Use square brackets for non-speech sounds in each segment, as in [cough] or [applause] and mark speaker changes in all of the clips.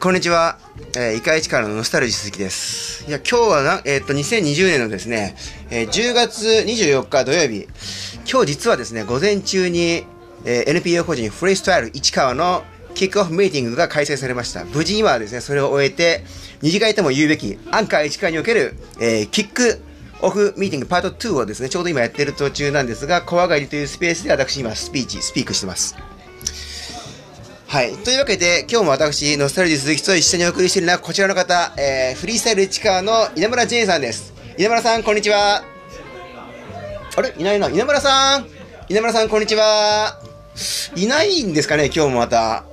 Speaker 1: こんにちは、えー、イカイチからのノスタルジー鈴木です。いや、今日はな、えーっと、2020年のですね、えー10月24日土曜日、今日実はですね、午前中に、えー NPO 法人フリースタイル市川のキックオフミーティングが開催されました。無事今はですね、それを終えて、二次会とも言うべき、アンカー市川における、えーキックオフミーティングパート2をですね、ちょうど今やってる途中なんですが、小上がりというスペースで私今スピーチ、スピークしてます。はい。というわけで、今日も私、ノスタルジー鈴木と一緒にお送りしているのはこちらの方、えー、フリースタイル市川の稲村ジェイさんです。稲村さん、こんにちは。あれいないな。稲村さん稲村さん、こんにちは。いないんですかね、今日もまた。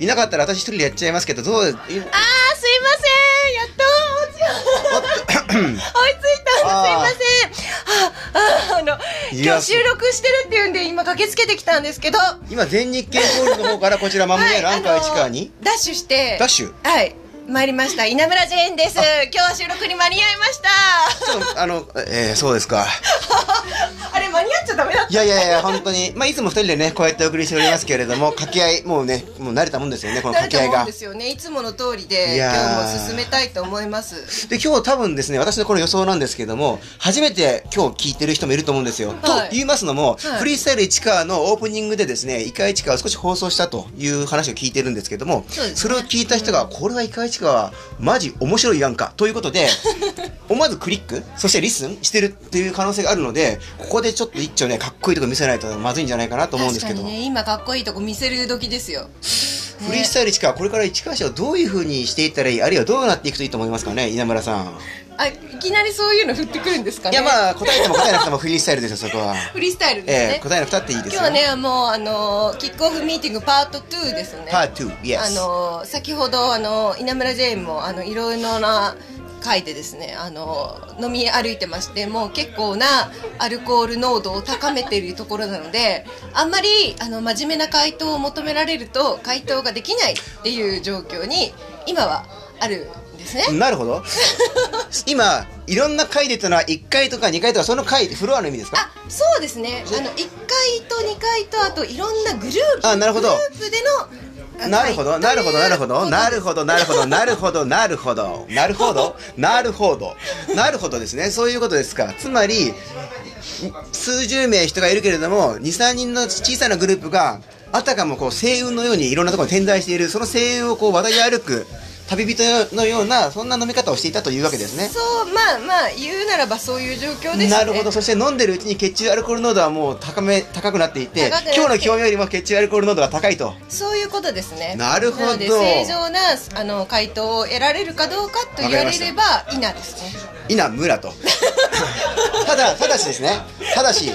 Speaker 1: いなかったら私一人でやっちゃいますけど、どう、い
Speaker 2: あーすいませんやっと落ち追いついた
Speaker 1: あー
Speaker 2: すいませんあああの
Speaker 1: い
Speaker 2: 今
Speaker 1: や
Speaker 2: 日収録してるっていうんで今駆けつけてきたんですけどは
Speaker 1: 今、全日経ホールの方からこちら、マムヤのアンカー市川に、
Speaker 2: あのダッシュして
Speaker 1: ダッシュ
Speaker 2: はい参りました稲村ジェーンです今日は収録に間に合いました
Speaker 1: ちょっと、あの、えー、そうですか。
Speaker 2: あれ間に合っちゃダメだった
Speaker 1: いやいやいや、本当に。まあ、いつも二人でね、こうやってお送りしておりますけれども、掛け合い、もうね、もう慣れたもんですよね、この
Speaker 2: 慣れ
Speaker 1: 掛け合
Speaker 2: た
Speaker 1: い
Speaker 2: もん
Speaker 1: が
Speaker 2: で。すよねいつもの通りで
Speaker 1: いや
Speaker 2: 今
Speaker 1: ー
Speaker 2: 日も進めたいと思います
Speaker 1: で、今日多分ですね、私のこの予想なんですけども、初めて今日聞いてる人もいると思うんですよ。
Speaker 2: はい
Speaker 1: と言いますのも、
Speaker 2: はい
Speaker 1: フリースタイル市川のオープニングでですね、イカ市川を少し放送したという話を聞いてるんですけども、
Speaker 2: そうですね
Speaker 1: れを聞いた人が、これはイカ市川、マジ面白いやんか、ということ
Speaker 2: [laughs]
Speaker 1: で、思わずクリック、そしてリスンしてるっていう可能性があるので、ここでちょっと一丁ね、かっこいいとこ見せないとまずいんじゃないかなと思うんですけど
Speaker 2: 確
Speaker 1: も
Speaker 2: かにね今かっこいいとこ見せる時ですよ
Speaker 1: フリースタイル市川、これから市川市をどういう風にしていったらいい、あるいはどうなっていくといいと思いますかね、稲村さん。
Speaker 2: あいきなりそういうの振ってくるんですか
Speaker 1: い
Speaker 2: ね
Speaker 1: や、まあ、答えても答えなくてもフリースタイルですよ、そこは。
Speaker 2: フリースタイルですね
Speaker 1: え、え答えなくたっていいですよ。
Speaker 2: 今日はねもうあのーキックオフミーティングパート2ですね
Speaker 1: パート2、イエ
Speaker 2: あ
Speaker 1: ス。
Speaker 2: のー先ほどあのー稲村ジェーンもあのいろいろな回でですねあのー飲み歩いてましてもう結構なアルコール濃度を高めているところなのであんまりあの真面目な回答を求められると回答ができないっていう状況に今はあるんですね
Speaker 1: なるほ
Speaker 2: [laughs]
Speaker 1: ど。今、いろんな回で言ったのは、1回とか2回とか、その回、フロアの意味ですか
Speaker 2: あそうですねあの1階と2階とあといろんなグループ
Speaker 1: あなるほど
Speaker 2: グループでの
Speaker 1: [laughs]
Speaker 2: あ
Speaker 1: なるほ
Speaker 2: は
Speaker 1: ど、
Speaker 2: い
Speaker 1: なるほど、なるほ
Speaker 2: とい
Speaker 1: ど、
Speaker 2: う
Speaker 1: なるほど、なるほど、なるほど、なるほど、なるほど、なるほど、なるほどですね。そういうことですか。つまり、数十名人がいるけれども、2、3人の小さなグループが、あたかもこう、星雲のようにいろんなところに点在している、その星雲をこう、渡り歩く、旅人のような、そんな飲み方をしていたというわけですね。
Speaker 2: そうまあまあ言うならばそういう状況ですね
Speaker 1: なるほどそして飲んでるうちに血中アルコール濃度はもう高め高くなっていて
Speaker 2: 高くなって
Speaker 1: 今日の興味よりも血中アルコール濃度が高いと
Speaker 2: そういうことですね
Speaker 1: なるほど
Speaker 2: なので正常なあの回答を得られるかどうかと言われれば否ですね
Speaker 1: 稲村とただただしですねただし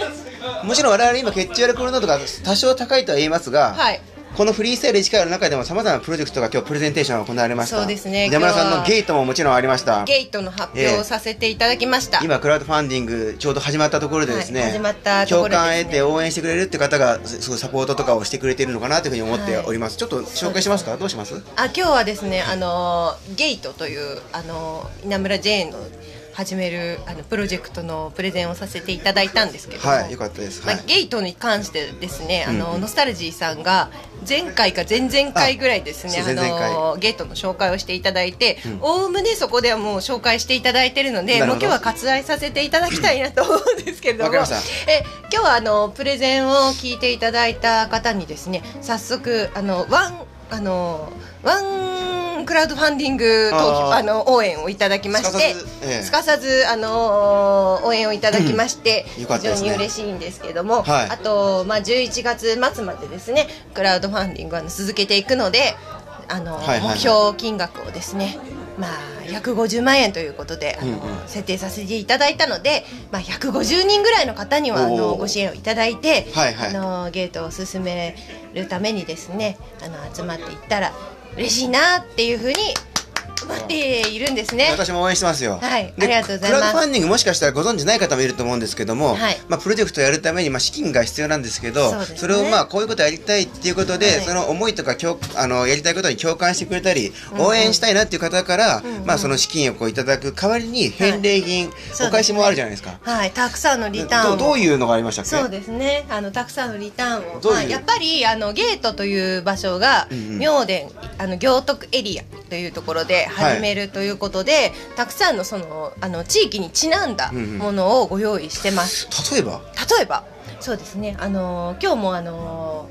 Speaker 1: もちろん我々今血中アルコール濃度が多少高いとは言いますが、
Speaker 2: はい
Speaker 1: このフリースタイル1回の中でもさまざまなプロジェクトが今日プレゼンテーションが行われました
Speaker 2: そうですね
Speaker 1: 稲村さん
Speaker 2: 今日
Speaker 1: の
Speaker 2: は
Speaker 1: ゲートももちろんありました
Speaker 2: ゲートの発表をさせていただきました、
Speaker 1: 今クラウドファンディングちょうど始まったところでですね、
Speaker 2: はい始まったところで
Speaker 1: 共
Speaker 2: すね
Speaker 1: 感を得て応援してくれるって方がすすごいサポートとかをしてくれているのかなというふうに思っております、ちょっと紹介しますかどうします
Speaker 2: あ今日はですねあのゲイトというあの稲村ジェーンの始めるあのプロジェクトのプレゼンをさせていただいたんですけども
Speaker 1: はいよかったです
Speaker 2: まあ
Speaker 1: はい
Speaker 2: ゲイトに関してですね、あのノスタルジーさんが前回か前々回ぐらいですね
Speaker 1: あ
Speaker 2: あ
Speaker 1: そう前々回
Speaker 2: のゲイトの紹介をしていただいておおむねそこではもう紹介していただいてるので
Speaker 1: なる
Speaker 2: もう
Speaker 1: ほ
Speaker 2: 今日
Speaker 1: ど
Speaker 2: は割愛させていただきたいなと思うんですけれども
Speaker 1: わかりました
Speaker 2: え今日はあのプレゼンを聞いていただいた方にですね早速あのワンあのワンクラウドファンディング投票
Speaker 1: あ
Speaker 2: あ
Speaker 1: ー
Speaker 2: の応援をいただきまして
Speaker 1: すかさずええ
Speaker 2: すかさずあの応援をいただきまして、
Speaker 1: よかっ
Speaker 2: 非
Speaker 1: たで
Speaker 2: 常
Speaker 1: すね
Speaker 2: に嬉しいんですけども、
Speaker 1: はい
Speaker 2: あと、まあ、11月末までですねクラウドファンディングはあの続けていくのであの、
Speaker 1: はいはいはい
Speaker 2: 目標金額をですねまあ150万円ということであの、
Speaker 1: うんうん
Speaker 2: 設定させていただいたので、まあ、150人ぐらいの方にはあ
Speaker 1: お
Speaker 2: の
Speaker 1: ー
Speaker 2: ご支援をいただいて、
Speaker 1: はいはい
Speaker 2: あのゲートを進めるためにですねあの集まっていったら嬉しいなっていうふうに張っているんですね。
Speaker 1: 私も応援してますよ。
Speaker 2: はい
Speaker 1: で
Speaker 2: ありがとうございます
Speaker 1: クラウドファンディングもしかしたらご存知ない方もいると思うんですけども、
Speaker 2: はい
Speaker 1: まあプロジェクトをやるためにまあ資金が必要なんですけど、
Speaker 2: そうですね
Speaker 1: れをまあこういうことやりたいっていうことで、
Speaker 2: はい
Speaker 1: その思いとか共あのやりたいことに共感してくれたり、応援したいなっていう方から、
Speaker 2: うんうん
Speaker 1: まあその資金をこういただく代わりに返礼品、
Speaker 2: すね
Speaker 1: お返しもあるじゃないですか。
Speaker 2: はい、たくさんのリターン
Speaker 1: ど
Speaker 2: を。
Speaker 1: どういうのがありましたっけ？
Speaker 2: そうですね。あのたくさんのリターンを。
Speaker 1: どういう
Speaker 2: まあやっぱりあのゲートという場所が、
Speaker 1: うんうん
Speaker 2: 妙殿あの行徳エリアというところで
Speaker 1: はい
Speaker 2: 始めるということで、たくさんのそのあの地域にちなんだ
Speaker 1: うんうん
Speaker 2: ものをご用意してます。
Speaker 1: 例えば、
Speaker 2: 例えばそうですね。あの今日もあの。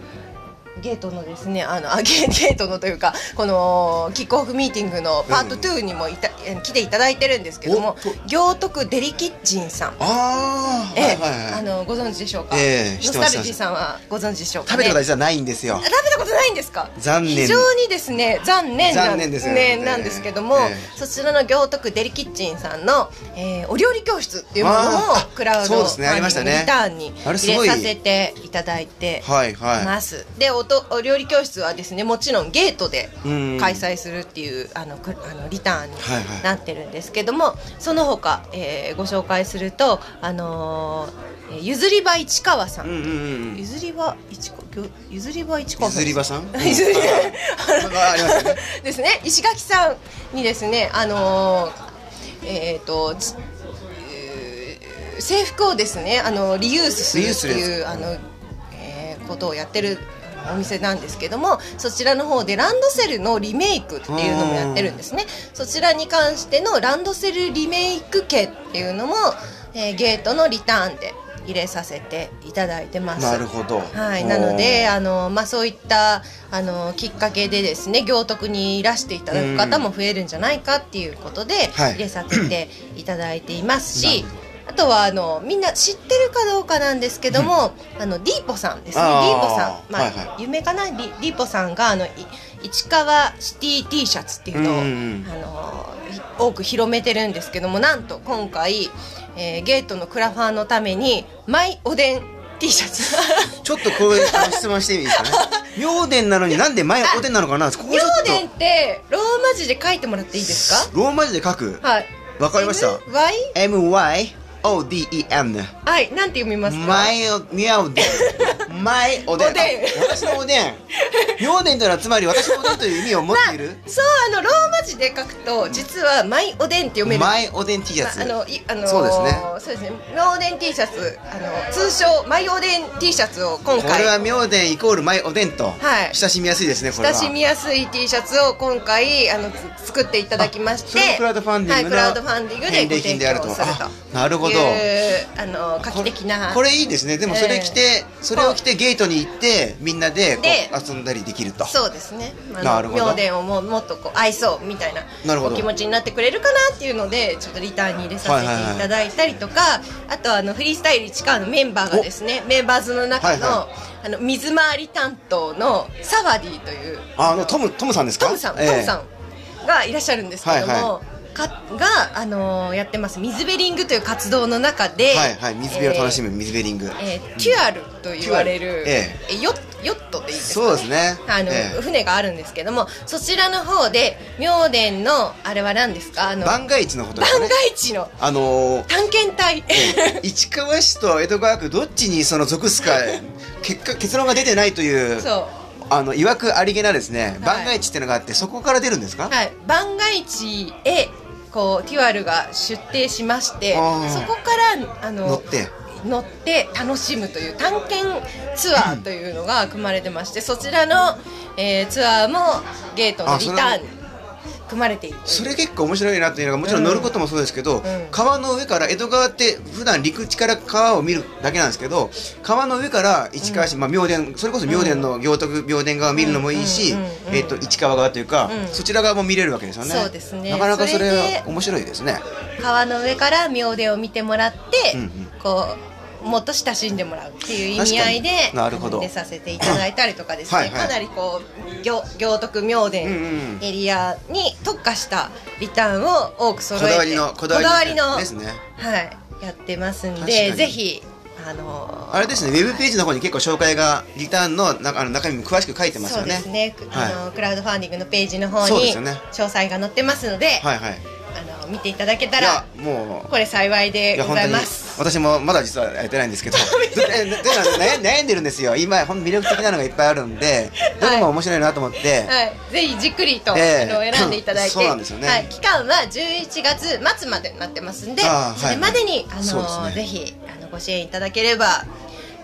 Speaker 2: ゲートのですねあのあゲゲートのというかこのキックオフミーティングのパート2にもいた、え来ていただいてるんですけども
Speaker 1: おと
Speaker 2: 行徳デリキッチンさん
Speaker 1: ああ、
Speaker 2: ええ
Speaker 1: はいはいはい
Speaker 2: あのご存知でしょうか、
Speaker 1: ええ知ってま
Speaker 2: ノ
Speaker 1: す
Speaker 2: スタルジーさんはご存知でしょうか、
Speaker 1: 食べ
Speaker 2: ね、
Speaker 1: たことは
Speaker 2: 食
Speaker 1: 実はないんですよ。
Speaker 2: べたことないんですか
Speaker 1: 残念
Speaker 2: 非常にですね残念な
Speaker 1: 残念ですよね
Speaker 2: ねなんですけども、
Speaker 1: え
Speaker 2: そちらの行徳デリキッチンさんの、えーお料理教室っていうもの
Speaker 1: あーあ
Speaker 2: をクラウド
Speaker 1: そうですねありましたね
Speaker 2: リターンに
Speaker 1: あれす
Speaker 2: 入
Speaker 1: ごい
Speaker 2: れさせていただいて
Speaker 1: はいはい。
Speaker 2: ます、でおとお料理教室はですねもちろんゲートで
Speaker 1: うん
Speaker 2: 開催するっていう、あのくあのリターンに
Speaker 1: はいはい
Speaker 2: なってるんですけども、その他、えーご紹介するとあのーえー譲り場市川さん、
Speaker 1: うんうんうん。
Speaker 2: [laughs] 譲り場市川ぎょ譲り場市川さ
Speaker 1: 譲
Speaker 2: ん
Speaker 1: り場さ
Speaker 2: [laughs]
Speaker 1: ん。
Speaker 2: 譲り場
Speaker 1: ああります
Speaker 2: [laughs]
Speaker 1: よね。
Speaker 2: ですね石垣さんにですねあのーえっ、とつえー制服をですねあのリユースするっ
Speaker 1: リ
Speaker 2: て
Speaker 1: ユース
Speaker 2: いうあの、えーことをやってるお店なんですけどもそちらの方でランドセルのリメイクっていうのもやってるんですねそちらに関してのランドセルリメイク券っていうのも、えーゲートのリターンで入れさせていただいてます。
Speaker 1: なるほど。
Speaker 2: はい、なのであの、まあ、そういったあのきっかけでですね行徳にいらしていただく方も増えるんじゃないかっていうことで
Speaker 1: はい
Speaker 2: 入れさせていただいています
Speaker 1: な
Speaker 2: し、
Speaker 1: る
Speaker 2: あとはあのみんな知ってるかどうかなんですけどもあのディーポさんですねデ
Speaker 1: あー
Speaker 2: ィーポさん、まあ
Speaker 1: はいは
Speaker 2: 夢かなディディーポさんがあのい市川シティ T シャツっていうのを、
Speaker 1: うんうん
Speaker 2: あのひ多く広めてるんですけどもなんと今回、えーゲートのクラファンのために「マイおでん T シャツ」
Speaker 1: おーちょっとこれ質問していいですか
Speaker 2: [laughs]
Speaker 1: ね。妙殿なのになんで前おでんなのかな。ここちょ
Speaker 2: 妙
Speaker 1: っ
Speaker 2: 伝ってローマ字で書いてもらっていいです
Speaker 1: とローマ字で書く
Speaker 2: か。はい
Speaker 1: わかりました。
Speaker 2: Y?
Speaker 1: M Y O D E N。
Speaker 2: はいなんて読みますか
Speaker 1: 前お妙殿。
Speaker 2: [laughs]
Speaker 1: 前おでん。
Speaker 2: おでん
Speaker 1: あ私のおで
Speaker 2: [laughs]
Speaker 1: ん。妙殿というのはつまり私のおでんという意味を持っている。
Speaker 2: そうあのローマ字で書くと実は「マイおでん」って読める
Speaker 1: 前おでん T シャツ。
Speaker 2: あのいあのー
Speaker 1: そうですね
Speaker 2: そうですねローデン T シャツあの通称マイおでん T シャツを今
Speaker 1: これは
Speaker 2: 回
Speaker 1: 妙殿イコール前おでんと
Speaker 2: はい
Speaker 1: 親しみやすいですね。これは
Speaker 2: 親しみやすい T シャツを今回あのつ作っていただきまして
Speaker 1: あそれもクラウドファンディングの
Speaker 2: はい、クラウドファンディングで
Speaker 1: 返
Speaker 2: ご
Speaker 1: 礼
Speaker 2: 提
Speaker 1: 品であると
Speaker 2: 供する
Speaker 1: あ
Speaker 2: と
Speaker 1: なるほど
Speaker 2: いうあの画期的な
Speaker 1: これいいですねでもそれ着て、それを着てゲートに行ってみんなでこ
Speaker 2: で
Speaker 1: う遊んだりできると
Speaker 2: そうですね。
Speaker 1: な
Speaker 2: あ
Speaker 1: る
Speaker 2: の
Speaker 1: ほど
Speaker 2: 妙伝をももっとこう愛そうみたいな
Speaker 1: なるほど
Speaker 2: お気持ちになってくれるかなっていうのでちょっとリターンに入れさせていただいたりとか、あとはあのフリースタイル市川のメンバーがですねメンバーズの中の、
Speaker 1: はいは
Speaker 2: あの水回り担当のサワディという
Speaker 1: ああのトムトムさんですか
Speaker 2: トムさん、
Speaker 1: ええ
Speaker 2: トムさんがいらっしゃるんですけども。
Speaker 1: はいは
Speaker 2: かが、あのーやってます水ベリングという活動の中で、
Speaker 1: はいはい水辺を楽し
Speaker 2: む、
Speaker 1: む、水辺リング、
Speaker 2: えーえーテュアルと言われ
Speaker 1: テュ
Speaker 2: る、
Speaker 1: アルえ
Speaker 2: えヨッヨットでいいですか
Speaker 1: そうですね
Speaker 2: あの、
Speaker 1: ええ
Speaker 2: 船があるんですけどもそちらの方で妙殿のあれは何ですかあの
Speaker 1: 番外地のことです
Speaker 2: 番
Speaker 1: ね
Speaker 2: 外地の
Speaker 1: あのー
Speaker 2: 探検隊、
Speaker 1: ええ市川市と江戸川区どっちにその属す
Speaker 2: [laughs]
Speaker 1: か結果結論が出てないという
Speaker 2: そう
Speaker 1: あのいわくありげなですね番外地ってのがあってそこから出るんですか、
Speaker 2: はい番外地へこうティワルが出廷しまして
Speaker 1: あー
Speaker 2: そこからあの
Speaker 1: 乗って
Speaker 2: 乗って楽しむという探検ツアーというのが組まれてましてそちらの、えーツアーもゲートのリタ
Speaker 1: あ
Speaker 2: ーンに組まれている
Speaker 1: それ結構面白いなというのがもちろん
Speaker 2: うん
Speaker 1: 乗ることもそうですけど、
Speaker 2: ん
Speaker 1: 川の上から江戸川って普段陸地から川を見るだけなんですけど川の上から市川市、まあ、明殿それこそ明殿の行徳明殿側を見るのもいいし、
Speaker 2: うんうんうんうん
Speaker 1: えっと市川側というか、
Speaker 2: うん
Speaker 1: そちら側も見れるわけですよね
Speaker 2: そうですね
Speaker 1: なかなかそれ
Speaker 2: それで
Speaker 1: 面白いですね
Speaker 2: 川の上から妙手を見てもらって、
Speaker 1: うんうん
Speaker 2: こうもっと親しんでもらうっていう意味合いで
Speaker 1: 確かになるほど
Speaker 2: 出させていただいたりとかですね
Speaker 1: はいはい
Speaker 2: かなりこう行行徳妙殿
Speaker 1: うんうん
Speaker 2: エリアに特化したリターンを多く揃
Speaker 1: こ
Speaker 2: えて
Speaker 1: だわりのこだわりの
Speaker 2: こだわりの
Speaker 1: ですね
Speaker 2: はい、やってますん
Speaker 1: 確か
Speaker 2: で
Speaker 1: に
Speaker 2: ぜひあの
Speaker 1: あれですね、ウェブページの方に結構紹介が、リターンの中あの中身も詳しく書いてます
Speaker 2: そ
Speaker 1: よ
Speaker 2: う
Speaker 1: ね。
Speaker 2: ですね、
Speaker 1: はい
Speaker 2: あのクラウドファンディングのページの方
Speaker 1: そうで
Speaker 2: に
Speaker 1: すよね
Speaker 2: 詳細が載ってますので、
Speaker 1: はいはい。
Speaker 2: あの見ていただけた
Speaker 1: いや
Speaker 2: ら、
Speaker 1: もう。
Speaker 2: これ幸い
Speaker 1: い
Speaker 2: で
Speaker 1: や
Speaker 2: ご
Speaker 1: 本当
Speaker 2: ざい
Speaker 1: に
Speaker 2: ます。
Speaker 1: 私もまだ実はやってないんですけどずっとえというのは悩ん悩んでるんですよ今ほんと魅力的なのがいっぱいあるんでどれも面白いなと思って、
Speaker 2: はい、ぜひじっくりと、
Speaker 1: ええ
Speaker 2: あの選んでいただいて、
Speaker 1: そうなんですよね
Speaker 2: はい、期間は11月末までになってますんで、
Speaker 1: ああ
Speaker 2: それまでに、
Speaker 1: はい
Speaker 2: あの
Speaker 1: そうですね
Speaker 2: ぜひあのご支援いただければ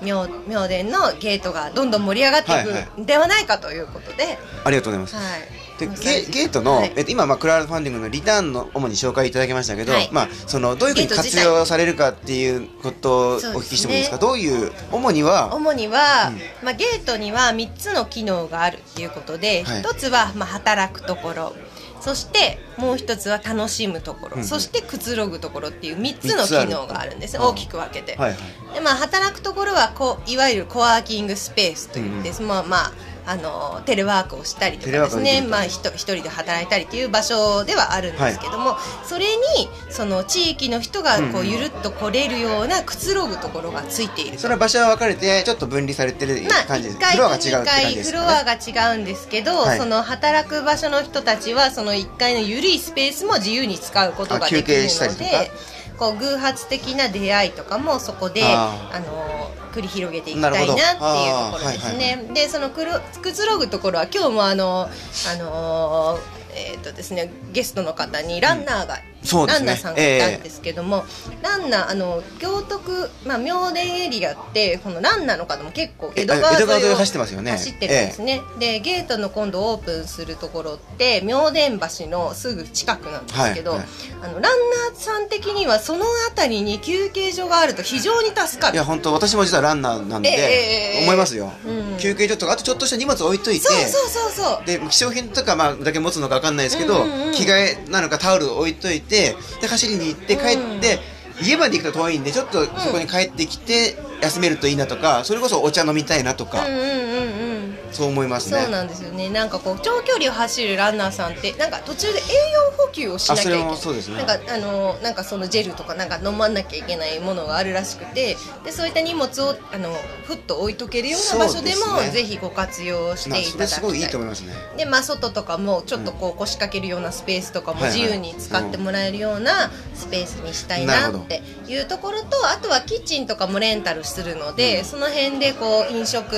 Speaker 2: 妙妙殿のゲートがどんどん盛り上がって
Speaker 1: はいはい
Speaker 2: くんではないかということで、はい
Speaker 1: ありがとうございます、でゲゲートの、
Speaker 2: はい
Speaker 1: えっと、今、まあ、クラウドファンディングのリターンの主に紹介いただきましたけど、
Speaker 2: はい
Speaker 1: まあ、そのどういうふうに
Speaker 2: ゲート自
Speaker 1: 活
Speaker 2: 体
Speaker 1: 用されるかっていうことをお聞きしてもいいですかどういう主には
Speaker 2: 主には、
Speaker 1: うん
Speaker 2: まあ、ゲートには3つの機能があるっていうことで、
Speaker 1: はい
Speaker 2: 1つは、まあ、働くところそしてもう1つは楽しむところ、
Speaker 1: うんうん
Speaker 2: そしてくつろぐところっていう3つの
Speaker 1: 三つあ
Speaker 2: 機
Speaker 1: る
Speaker 2: 能があるんです
Speaker 1: うん
Speaker 2: 大きく分けて、
Speaker 1: はいはい
Speaker 2: でまあ、働くところはこういわゆるコワーキングスペースといって、
Speaker 1: うん
Speaker 2: まあまああのテレワークをしたりとか
Speaker 1: テレワー
Speaker 2: で
Speaker 1: ク
Speaker 2: す
Speaker 1: ができる
Speaker 2: ね、
Speaker 1: と
Speaker 2: まあ、ひと一人で働いたりという場所ではあるんですけども、それにその地域の人がこ
Speaker 1: うんう
Speaker 2: うんゆるっと来れるようなくつろぐところがついている
Speaker 1: それは場所は分かれてちょっと分離されてる
Speaker 2: まあ、
Speaker 1: 感じです、
Speaker 2: 1階
Speaker 1: フロアが
Speaker 2: と
Speaker 1: 違う
Speaker 2: 2
Speaker 1: って感
Speaker 2: 階
Speaker 1: じです
Speaker 2: フ
Speaker 1: か
Speaker 2: ロ
Speaker 1: ね
Speaker 2: アが違うんですけど、
Speaker 1: はい
Speaker 2: その働く場所の人たちはその1階の緩いスペースも自由に使うことが
Speaker 1: あ
Speaker 2: で
Speaker 1: 休
Speaker 2: きる
Speaker 1: 憩したり
Speaker 2: の
Speaker 1: とか
Speaker 2: でこう偶発的な出会いとかもそこで
Speaker 1: あ
Speaker 2: あの繰り広げていきたいなっていうところです
Speaker 1: なる
Speaker 2: ね。でそのくろくつろぐところは今日もあの、あのえーとですね、ゲストの方にランナーが、
Speaker 1: そうで
Speaker 2: ラ
Speaker 1: す
Speaker 2: ン
Speaker 1: ね
Speaker 2: ナーさんがいたんですですけどもランナーあの行徳、まあ、明殿エリアってこのランナーの方も結構
Speaker 1: え
Speaker 2: 江戸川
Speaker 1: 江
Speaker 2: 沿い
Speaker 1: 戸川沿い
Speaker 2: を
Speaker 1: を走ってますよね
Speaker 2: 走ってるんですね、でゲートの今度オープンするところって明殿橋のすぐ近くなんですけど、
Speaker 1: はいはい
Speaker 2: あのランナーさん的にはその辺りに休憩所があると非常に助か
Speaker 1: い
Speaker 2: る
Speaker 1: や本当私も実はランナーなんで、
Speaker 2: ええええええ
Speaker 1: 思いますよ、
Speaker 2: うん
Speaker 1: 休憩所とかあとちょっとした荷物置いといて
Speaker 2: そうそうそうそう
Speaker 1: で希少品とかまあだけ持つのか分かんないですけど、
Speaker 2: うんうんうん
Speaker 1: 着替えなのかタオルを置いといてで走りに行って帰って、家まで行くと遠いんでちょっとそこに帰ってきて休めるといいなとかそれこそお茶飲みたいなとか、
Speaker 2: うんうんうんうん
Speaker 1: そう思いますね
Speaker 2: そうなんですよねなんかこう長距離を走るランナーさんってなんか途中で栄養補給をしなきゃいけない
Speaker 1: あそれもそうですね
Speaker 2: なんかあのなんかそのジェルとかなんか飲まなきゃいけないものがあるらしくてでそういった荷物をあのふっと置いとけるような場所で
Speaker 1: そう
Speaker 2: も
Speaker 1: ですね
Speaker 2: ぜひご活用して
Speaker 1: まあ
Speaker 2: い
Speaker 1: そ
Speaker 2: ただ
Speaker 1: れ
Speaker 2: きたい
Speaker 1: すごいいいと思いますね
Speaker 2: でまあ、外とかもちょっとこう腰掛けるようなスペースとかも
Speaker 1: はいは
Speaker 2: 自
Speaker 1: い
Speaker 2: 由に使ってもらえるようなスペースにしたいなっていうところとあとはキッチンとかもレンタルするので、その辺でこう飲食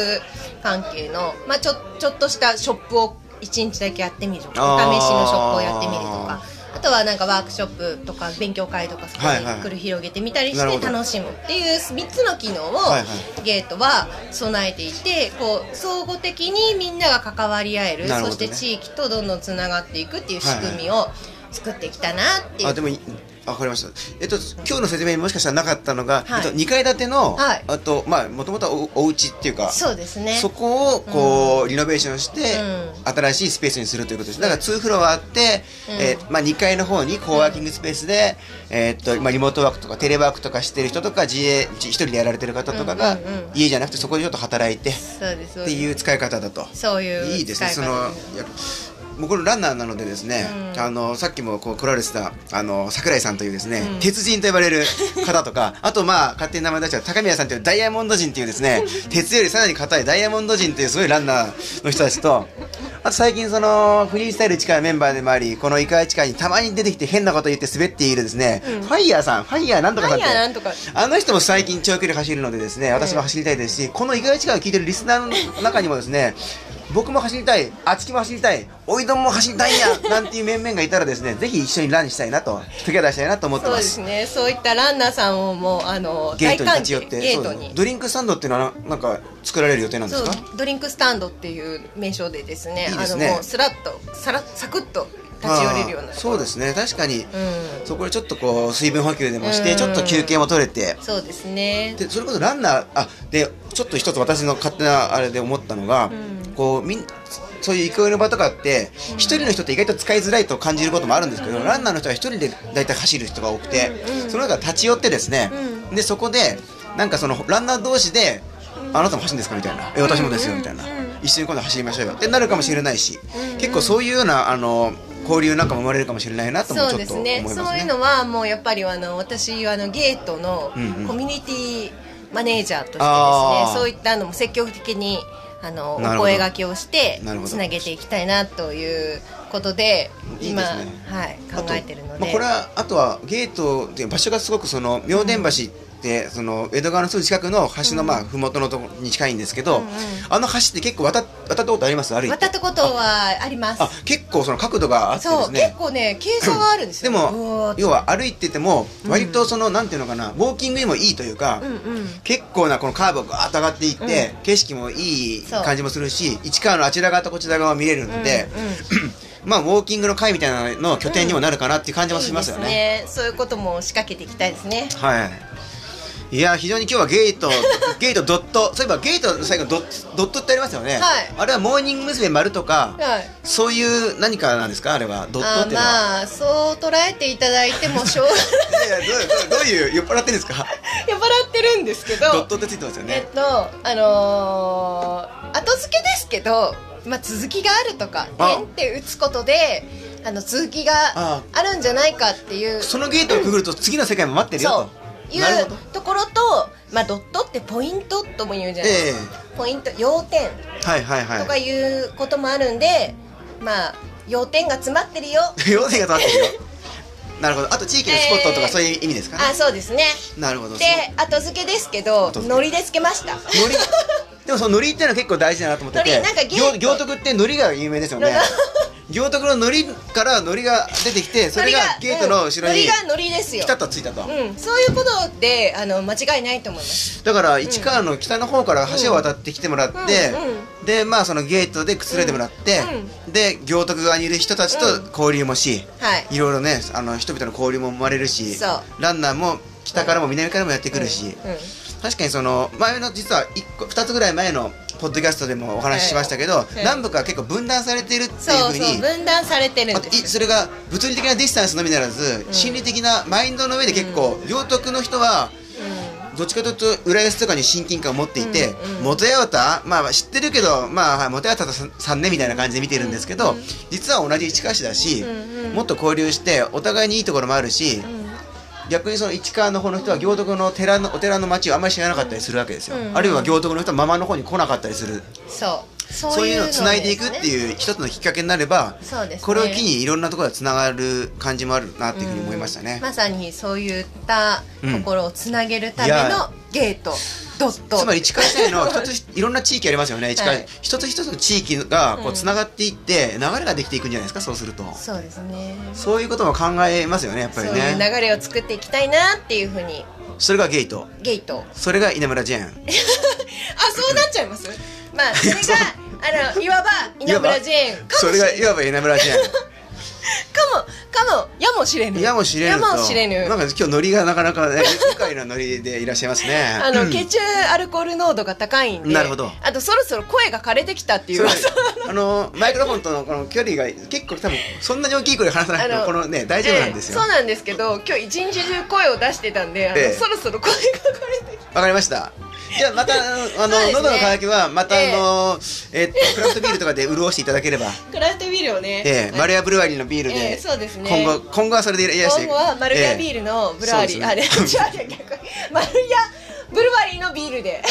Speaker 2: 関係の、まあ、ちょちょっとしたショップを1日だけやってみるとかお
Speaker 1: あー
Speaker 2: 試しのショップをやってみるとかあとはなんかワークショップとか勉強会とかそこ
Speaker 1: はい
Speaker 2: に
Speaker 1: はい
Speaker 2: 繰り広げてみたり
Speaker 1: なる
Speaker 2: し
Speaker 1: ほ
Speaker 2: て
Speaker 1: ど
Speaker 2: 楽しむっていう3つの機能を
Speaker 1: はいは
Speaker 2: ゲートは備えていてこう相互的にみんなが関わり合える
Speaker 1: なるほ
Speaker 2: そ
Speaker 1: ど
Speaker 2: し
Speaker 1: ね
Speaker 2: て地域とどんどんつながっていくっていう仕組みを作ってきたなっていう、
Speaker 1: あでもいあわかりましたえっと今日の説明にもしかしたらなかったのが、
Speaker 2: はい
Speaker 1: えっと、2階建ての、
Speaker 2: はい
Speaker 1: あとまあもともとはおお家っていうか
Speaker 2: そうですね
Speaker 1: そこをこう、リノベーションして、
Speaker 2: う
Speaker 1: 新しいスペースにするということですだから2フロアあって、
Speaker 2: うん
Speaker 1: えーまあ、2階の方にコワーキングスペースで、えーっとまあ、リモートワークとかテレワークとかしてる人とか自営自一人でやられてる方とかが、
Speaker 2: うんうんうん
Speaker 1: 家じゃなくてそこでちょっと働いてっ
Speaker 2: そうですそう
Speaker 1: て
Speaker 2: です
Speaker 1: いう使い方だと。
Speaker 2: そういう
Speaker 1: いいですねそ
Speaker 2: 使
Speaker 1: の
Speaker 2: い方
Speaker 1: いや僕のランナーなのでですね、
Speaker 2: うん
Speaker 1: あのさっきもこう来られてたあの桜井さんというですね、
Speaker 2: うん
Speaker 1: 鉄人と呼ばれる方とかあとまあ勝手に名前出しちゃう高宮さんというダイヤモンド人というです [laughs] ね鉄よりさらに硬いダイヤモンド人というすごいランナーの人たちとあと最近そのフリースタイル近いメンバーでもありこのイカイチカにたまに出てきて変なこと言って滑っているですね、
Speaker 2: うん
Speaker 1: ファイヤーさんファイヤーなんとかさんっ
Speaker 2: 何
Speaker 1: て
Speaker 2: やなんとか
Speaker 1: あの人も最近長距離走るのでですね、私も走りたいですし、この意外力を聞いてるリスナーの中にもです
Speaker 2: [laughs]
Speaker 1: ね、僕も走りたい、厚木も走りたい、おいどんも走りたいんや、なんていう面々がいたらですね、ぜひ一緒にランしたいなと、トゥゲダーしたいなと思って
Speaker 2: そう
Speaker 1: ま。
Speaker 2: ですすねそういったランナーさんをもうあの
Speaker 1: ゲートに
Speaker 2: 大
Speaker 1: 立
Speaker 2: 歓
Speaker 1: ち
Speaker 2: 迎
Speaker 1: 寄って、
Speaker 2: ゲ
Speaker 1: そ
Speaker 2: ー
Speaker 1: う
Speaker 2: ト
Speaker 1: です
Speaker 2: に
Speaker 1: ねドリンクスタンドっていうのはななんか作られる予定なんで
Speaker 2: そ
Speaker 1: す
Speaker 2: う
Speaker 1: か
Speaker 2: ドリンクスタンドっていう名称でですね
Speaker 1: いいですね
Speaker 2: あのもうスラッとさらサクッと立ち寄れるような
Speaker 1: あーそうですね、確かに、
Speaker 2: うん
Speaker 1: そこでちょっとこう、水分補給でもして、
Speaker 2: うん
Speaker 1: ちょっと休憩も取れて、
Speaker 2: そうですね
Speaker 1: でそれこそランナーあでちょっと一つ私の勝手なあれで思ったのが、
Speaker 2: ん
Speaker 1: こうみんそういう憩いの場とかって一、人の人って意外と使いづらいと感じることもあるんですけど、ランナーの人は一人で大体走る人が多くて、その中立ち寄ってですね、でそこでなんかそのランナー同士で「あなたも走るんですか?」みたいな「え私もですよ」みたいな、一緒に今度走りましょうよ」ってなるかもしれないし、結構そういうようなあの交流なんかも生まれるかもしれないなともちょ
Speaker 2: そう
Speaker 1: っ
Speaker 2: で
Speaker 1: と
Speaker 2: す
Speaker 1: 思い
Speaker 2: ね
Speaker 1: ますね。
Speaker 2: そういうのはもうやっぱりあの私はあのゲートの
Speaker 1: うんうん
Speaker 2: コミュニティマネージャーとしてです
Speaker 1: あ
Speaker 2: ね
Speaker 1: ー
Speaker 2: そういったのも積極的にあのお
Speaker 1: なるほど
Speaker 2: 声掛けをして
Speaker 1: なるほど
Speaker 2: つなげていきたいなということで
Speaker 1: いい
Speaker 2: 今
Speaker 1: ですね
Speaker 2: はい、考えてるの
Speaker 1: あ
Speaker 2: で、
Speaker 1: とまあ、これはあとはゲートっていう場所がすごくその明殿橋って、その江戸川のすぐ近くの橋のまあ麓のところに近いんですけど、
Speaker 2: うんうん
Speaker 1: あの橋って結構渡っ渡ったことあります歩いて
Speaker 2: 渡ったことはあります
Speaker 1: あ結構その角度があってで
Speaker 2: そ
Speaker 1: す
Speaker 2: う、
Speaker 1: ね
Speaker 2: 結構ね傾斜があるんです
Speaker 1: で
Speaker 2: よ
Speaker 1: も
Speaker 2: うわ
Speaker 1: 要は歩いてても割とその、なんていうのかなウォーキングにもいいというか、
Speaker 2: うんうん
Speaker 1: 結構なこのカーブをガーッと上がっていって、景色もいい
Speaker 2: そう
Speaker 1: 感じもするし市川のあちら側とこちら側を見れるので、
Speaker 2: うんうん
Speaker 1: [clears throat] まあウォーキングの会みたいなのの拠点にもなるかなっていう感じもしますよね。
Speaker 2: いいですねそういうことも仕掛けていきたいですね
Speaker 1: はい。いや非常に今日はゲー
Speaker 2: [laughs]
Speaker 1: トゲートドットそういえばゲートの最後ドッドットってありますよね。
Speaker 2: はい
Speaker 1: あれはモーニング娘。丸とか、
Speaker 2: はい
Speaker 1: そういう何かなんですかあれはドット
Speaker 2: あ
Speaker 1: っていうのは。
Speaker 2: まあそう捉えていただいてもしょうがない
Speaker 1: いやいやどうどうどういう酔っ払ってるんですか。
Speaker 2: 酔っ払ってるんですけ
Speaker 1: ド
Speaker 2: ど
Speaker 1: ットってついてますよ
Speaker 2: え
Speaker 1: ね
Speaker 2: っ。とあのー後付けですけど、まあ、続きがあるとか
Speaker 1: あ
Speaker 2: 点って打つことであの続きが
Speaker 1: あ
Speaker 2: あるんじゃないかっていう
Speaker 1: そのゲートをくぐると次の世界も待ってるよ
Speaker 2: そ
Speaker 1: と。
Speaker 2: うい
Speaker 1: なる
Speaker 2: う
Speaker 1: ほど。
Speaker 2: ところと、まあ、ドットってポイントとも言うじゃないで
Speaker 1: え
Speaker 2: すか、ポイント要点
Speaker 1: えはいはい
Speaker 2: とか
Speaker 1: はい。
Speaker 2: いうこともあるんで、まあ要点が詰まっ
Speaker 1: [laughs]
Speaker 2: てるよ
Speaker 1: 要点が立ってるよ。なるほど。あと地域のスポットとかそういう意味ですかね。
Speaker 2: あそうですね
Speaker 1: なるほど。
Speaker 2: で後付けですけど
Speaker 1: 後付け
Speaker 2: ノリでつけました
Speaker 1: 海苔 [laughs] でもその海苔ってのは結構大事だなと思ってて
Speaker 2: 海苔なんかゲー
Speaker 1: 行行徳って海苔が有名ですよね
Speaker 2: なんか
Speaker 1: 行徳の海苔から海苔が出てきてそれがゲートの後ろに
Speaker 2: ノリがノリです
Speaker 1: ピ
Speaker 2: よ
Speaker 1: タッとついたと、
Speaker 2: うん、そういうことであの間違いないと思います。
Speaker 1: だから市川の北の方から橋を渡ってきてもらって、
Speaker 2: うん
Speaker 1: でまあそのゲートでくつろいでもらって、で行徳側にいる人たちと交流もし、
Speaker 2: はい。
Speaker 1: いろいろねあの人々の交流も生まれるし
Speaker 2: そう
Speaker 1: ランナーも北からも南からもやってくるし、
Speaker 2: うんうん
Speaker 1: 確かにその前の実は一個2つぐらい前のポッドキャストでもお話ししましたけど、
Speaker 2: ええ
Speaker 1: 南北は結構分断されているっていう
Speaker 2: そう
Speaker 1: ふう
Speaker 2: そう
Speaker 1: に
Speaker 2: 分断されてる
Speaker 1: あ
Speaker 2: ん
Speaker 1: と
Speaker 2: で
Speaker 1: い
Speaker 2: す。
Speaker 1: それが物理的なディスタンスのみならず、心理的なマインドの上で結構、行徳の人はどっちかというと浦安とかに親近感を持っていて、元八幡まあ知ってるけどまあ元八幡さんねみたいな感じで見てるんですけど、実は同じ市川市だし、もっと交流してお互いにいいところもあるし、逆にその市川の方の人は行徳の寺のお寺の町をあんまり知らなかったりするわけですよ、
Speaker 2: うんうん
Speaker 1: あるいは行徳の人はママの方に来なかったりする
Speaker 2: そう。そ
Speaker 1: そういうのをつないでいくって
Speaker 2: う
Speaker 1: いう一つのきっかけになれば、
Speaker 2: ですね。そうですね。
Speaker 1: これを機にいろんなところがつながる感じもあるなっていうふうに思いました
Speaker 2: う
Speaker 1: ね
Speaker 2: ん、まさにそういったところをつなげるた
Speaker 1: うん
Speaker 2: め
Speaker 1: いや
Speaker 2: のゲート、ドット。
Speaker 1: つまり市川市内の一つひいろんな地域ありますよね市川、
Speaker 2: はい
Speaker 1: 一つ一つの地域がこうつながっていって流れができていくんじゃないですかそうすると
Speaker 2: そうですね。
Speaker 1: そういうことも考えますよねやっぱ
Speaker 2: そう
Speaker 1: り
Speaker 2: いう
Speaker 1: ね
Speaker 2: 流れを作っていきたいなっていうふうに
Speaker 1: それがゲート
Speaker 2: ゲート。
Speaker 1: それが稲村ジェーン
Speaker 2: あそうなっちゃいます。まあそれ
Speaker 1: [laughs]
Speaker 2: があのいわば稲村ジェーンか
Speaker 1: そ
Speaker 2: も
Speaker 1: れ
Speaker 2: し
Speaker 1: が
Speaker 2: れ
Speaker 1: い
Speaker 2: ない。
Speaker 1: わば稲村ジェーン
Speaker 2: かもかもやもしれぬ。
Speaker 1: やもしれぬと
Speaker 2: やもしれぬ
Speaker 1: なんか今日ノリがなかなかね愉快なノリでいらっしゃいますね
Speaker 2: [laughs] あの、
Speaker 1: うん
Speaker 2: 血中アルコール濃度が高いんで。
Speaker 1: なるほど
Speaker 2: あと、そろそろ声が枯れてきたっていう
Speaker 1: そう
Speaker 2: 噂。
Speaker 1: あのマイクロフォンとのこの距離が結構多分そんなに大きい声で話さ [laughs] なくて
Speaker 2: あ
Speaker 1: も
Speaker 2: の
Speaker 1: このね大丈夫なんですよ
Speaker 2: ええ
Speaker 1: わ
Speaker 2: そう、なんですけど、今日一日中声を出してたんで、あの
Speaker 1: ええ
Speaker 2: そろそろ声が枯れてきた。
Speaker 1: かりましたじゃあまたあの、
Speaker 2: そうですね
Speaker 1: 喉の渇きはまたあ
Speaker 2: ええ
Speaker 1: のえっとクラフトビールとかで潤していただければ
Speaker 2: クラフトビールをね。
Speaker 1: ええマルヤブルワリーのビール
Speaker 2: ええ
Speaker 1: で
Speaker 2: そうですね
Speaker 1: 今後今後はそれでいらっしゃい
Speaker 2: 今後はマルヤビールのブルワリー、あ
Speaker 1: え
Speaker 2: れ
Speaker 1: [laughs] え
Speaker 2: 違
Speaker 1: そうですね
Speaker 2: う違う逆にマルヤブルワリーのビールで [laughs]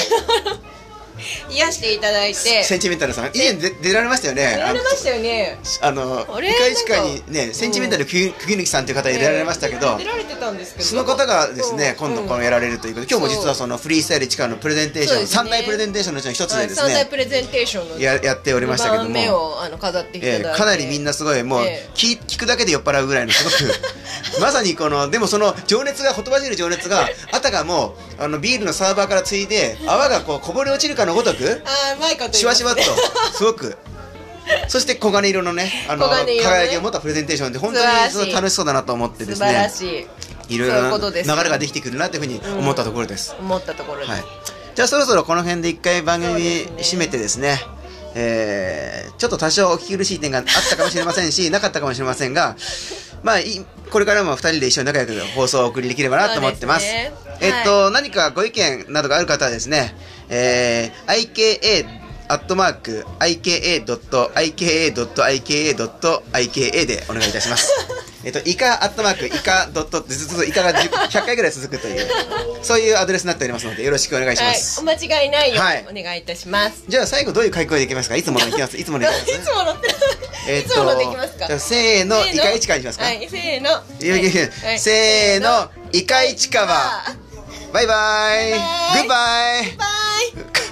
Speaker 2: 癒していただいて
Speaker 1: センチメンタルさん以前で出られましたよね
Speaker 2: やられましたよね
Speaker 1: あの
Speaker 2: あれ
Speaker 1: 一回しかに
Speaker 2: なん
Speaker 1: ね
Speaker 2: か
Speaker 1: センチメンタル釘釘抜きさんという方
Speaker 2: え
Speaker 1: い
Speaker 2: え
Speaker 1: られましたけど
Speaker 2: 出られてたんですけど
Speaker 1: その方がですね、
Speaker 2: そう
Speaker 1: 今度
Speaker 2: うん
Speaker 1: このやられるということで、今日も実は
Speaker 2: そ
Speaker 1: そのフリースタイル力のプレゼンテーシ
Speaker 2: そ
Speaker 1: ョ
Speaker 2: う
Speaker 1: ン、
Speaker 2: ですね
Speaker 1: 三大プレゼンテーションのうちの一つ
Speaker 2: は
Speaker 1: で
Speaker 2: い
Speaker 1: です
Speaker 2: 三大
Speaker 1: ね、
Speaker 2: プレゼンテーションの
Speaker 1: ややっておりましたけど
Speaker 2: 二番目
Speaker 1: も、
Speaker 2: をあの飾っていただい
Speaker 1: え
Speaker 2: て、
Speaker 1: ーかなりみんなすごい、もう
Speaker 2: ええ
Speaker 1: 聞聞くだけで酔っ払うぐらいの、すごく、まさにこの、でもその情熱が、ほとばしる情熱が、あたかもあのビールのサーバーからついで、泡がこうこぼれ落ちるかのごとく、
Speaker 2: あーマイカと言い
Speaker 1: し
Speaker 2: ま
Speaker 1: わ
Speaker 2: す
Speaker 1: しわっと、すごく。そして黄金色のね、あの
Speaker 2: 黄金色ね
Speaker 1: 輝きを持ったプレゼンテーションで本当
Speaker 2: 素晴ら
Speaker 1: に
Speaker 2: しい
Speaker 1: その楽しそうだなと思ってで
Speaker 2: 素
Speaker 1: す
Speaker 2: 晴ら
Speaker 1: ね、
Speaker 2: しい
Speaker 1: いろいろ
Speaker 2: そういう
Speaker 1: な
Speaker 2: こと
Speaker 1: 流れ
Speaker 2: です
Speaker 1: ができてくるなというふうに思ったところです。
Speaker 2: 思ったところです、
Speaker 1: はい、じゃあそろそろこの辺で一回番組
Speaker 2: そうですね
Speaker 1: 締めてですねえーちょっと多少お聞き苦しい点があったかもしれませんし [laughs] なかったかもしれませんがまあいこれからも二人で一緒に仲良く放送をお送りできればなと思ってます
Speaker 2: そうですね
Speaker 1: えっと、何かご意見などがある方はですねえー IKA アットマーク
Speaker 2: [laughs]
Speaker 1: IKA.IKA.IKA.IKA でお願いいたしますえっと、いかアットマーク、いかドット、ずっといかが10 100回ぐらい続くという、そういうアドレスになっておりますので、よろしくお願いしま
Speaker 2: はい、
Speaker 1: す。
Speaker 2: お間違いないよう
Speaker 1: はい
Speaker 2: にお願いいたします。
Speaker 1: じゃあ最後どういう開口でいきますかいつものいきますいつも
Speaker 2: [laughs] い
Speaker 1: のいきます
Speaker 2: つものって、いつものできますか。
Speaker 1: じゃあせーの、
Speaker 2: せ
Speaker 1: イカイチカにしますか、
Speaker 2: はい、せーの。
Speaker 1: いやいやいや
Speaker 2: はい
Speaker 1: せーの、イカイチカは、バイバイ
Speaker 2: バ
Speaker 1: グ
Speaker 2: イバイ
Speaker 1: ッバイ
Speaker 2: バイ。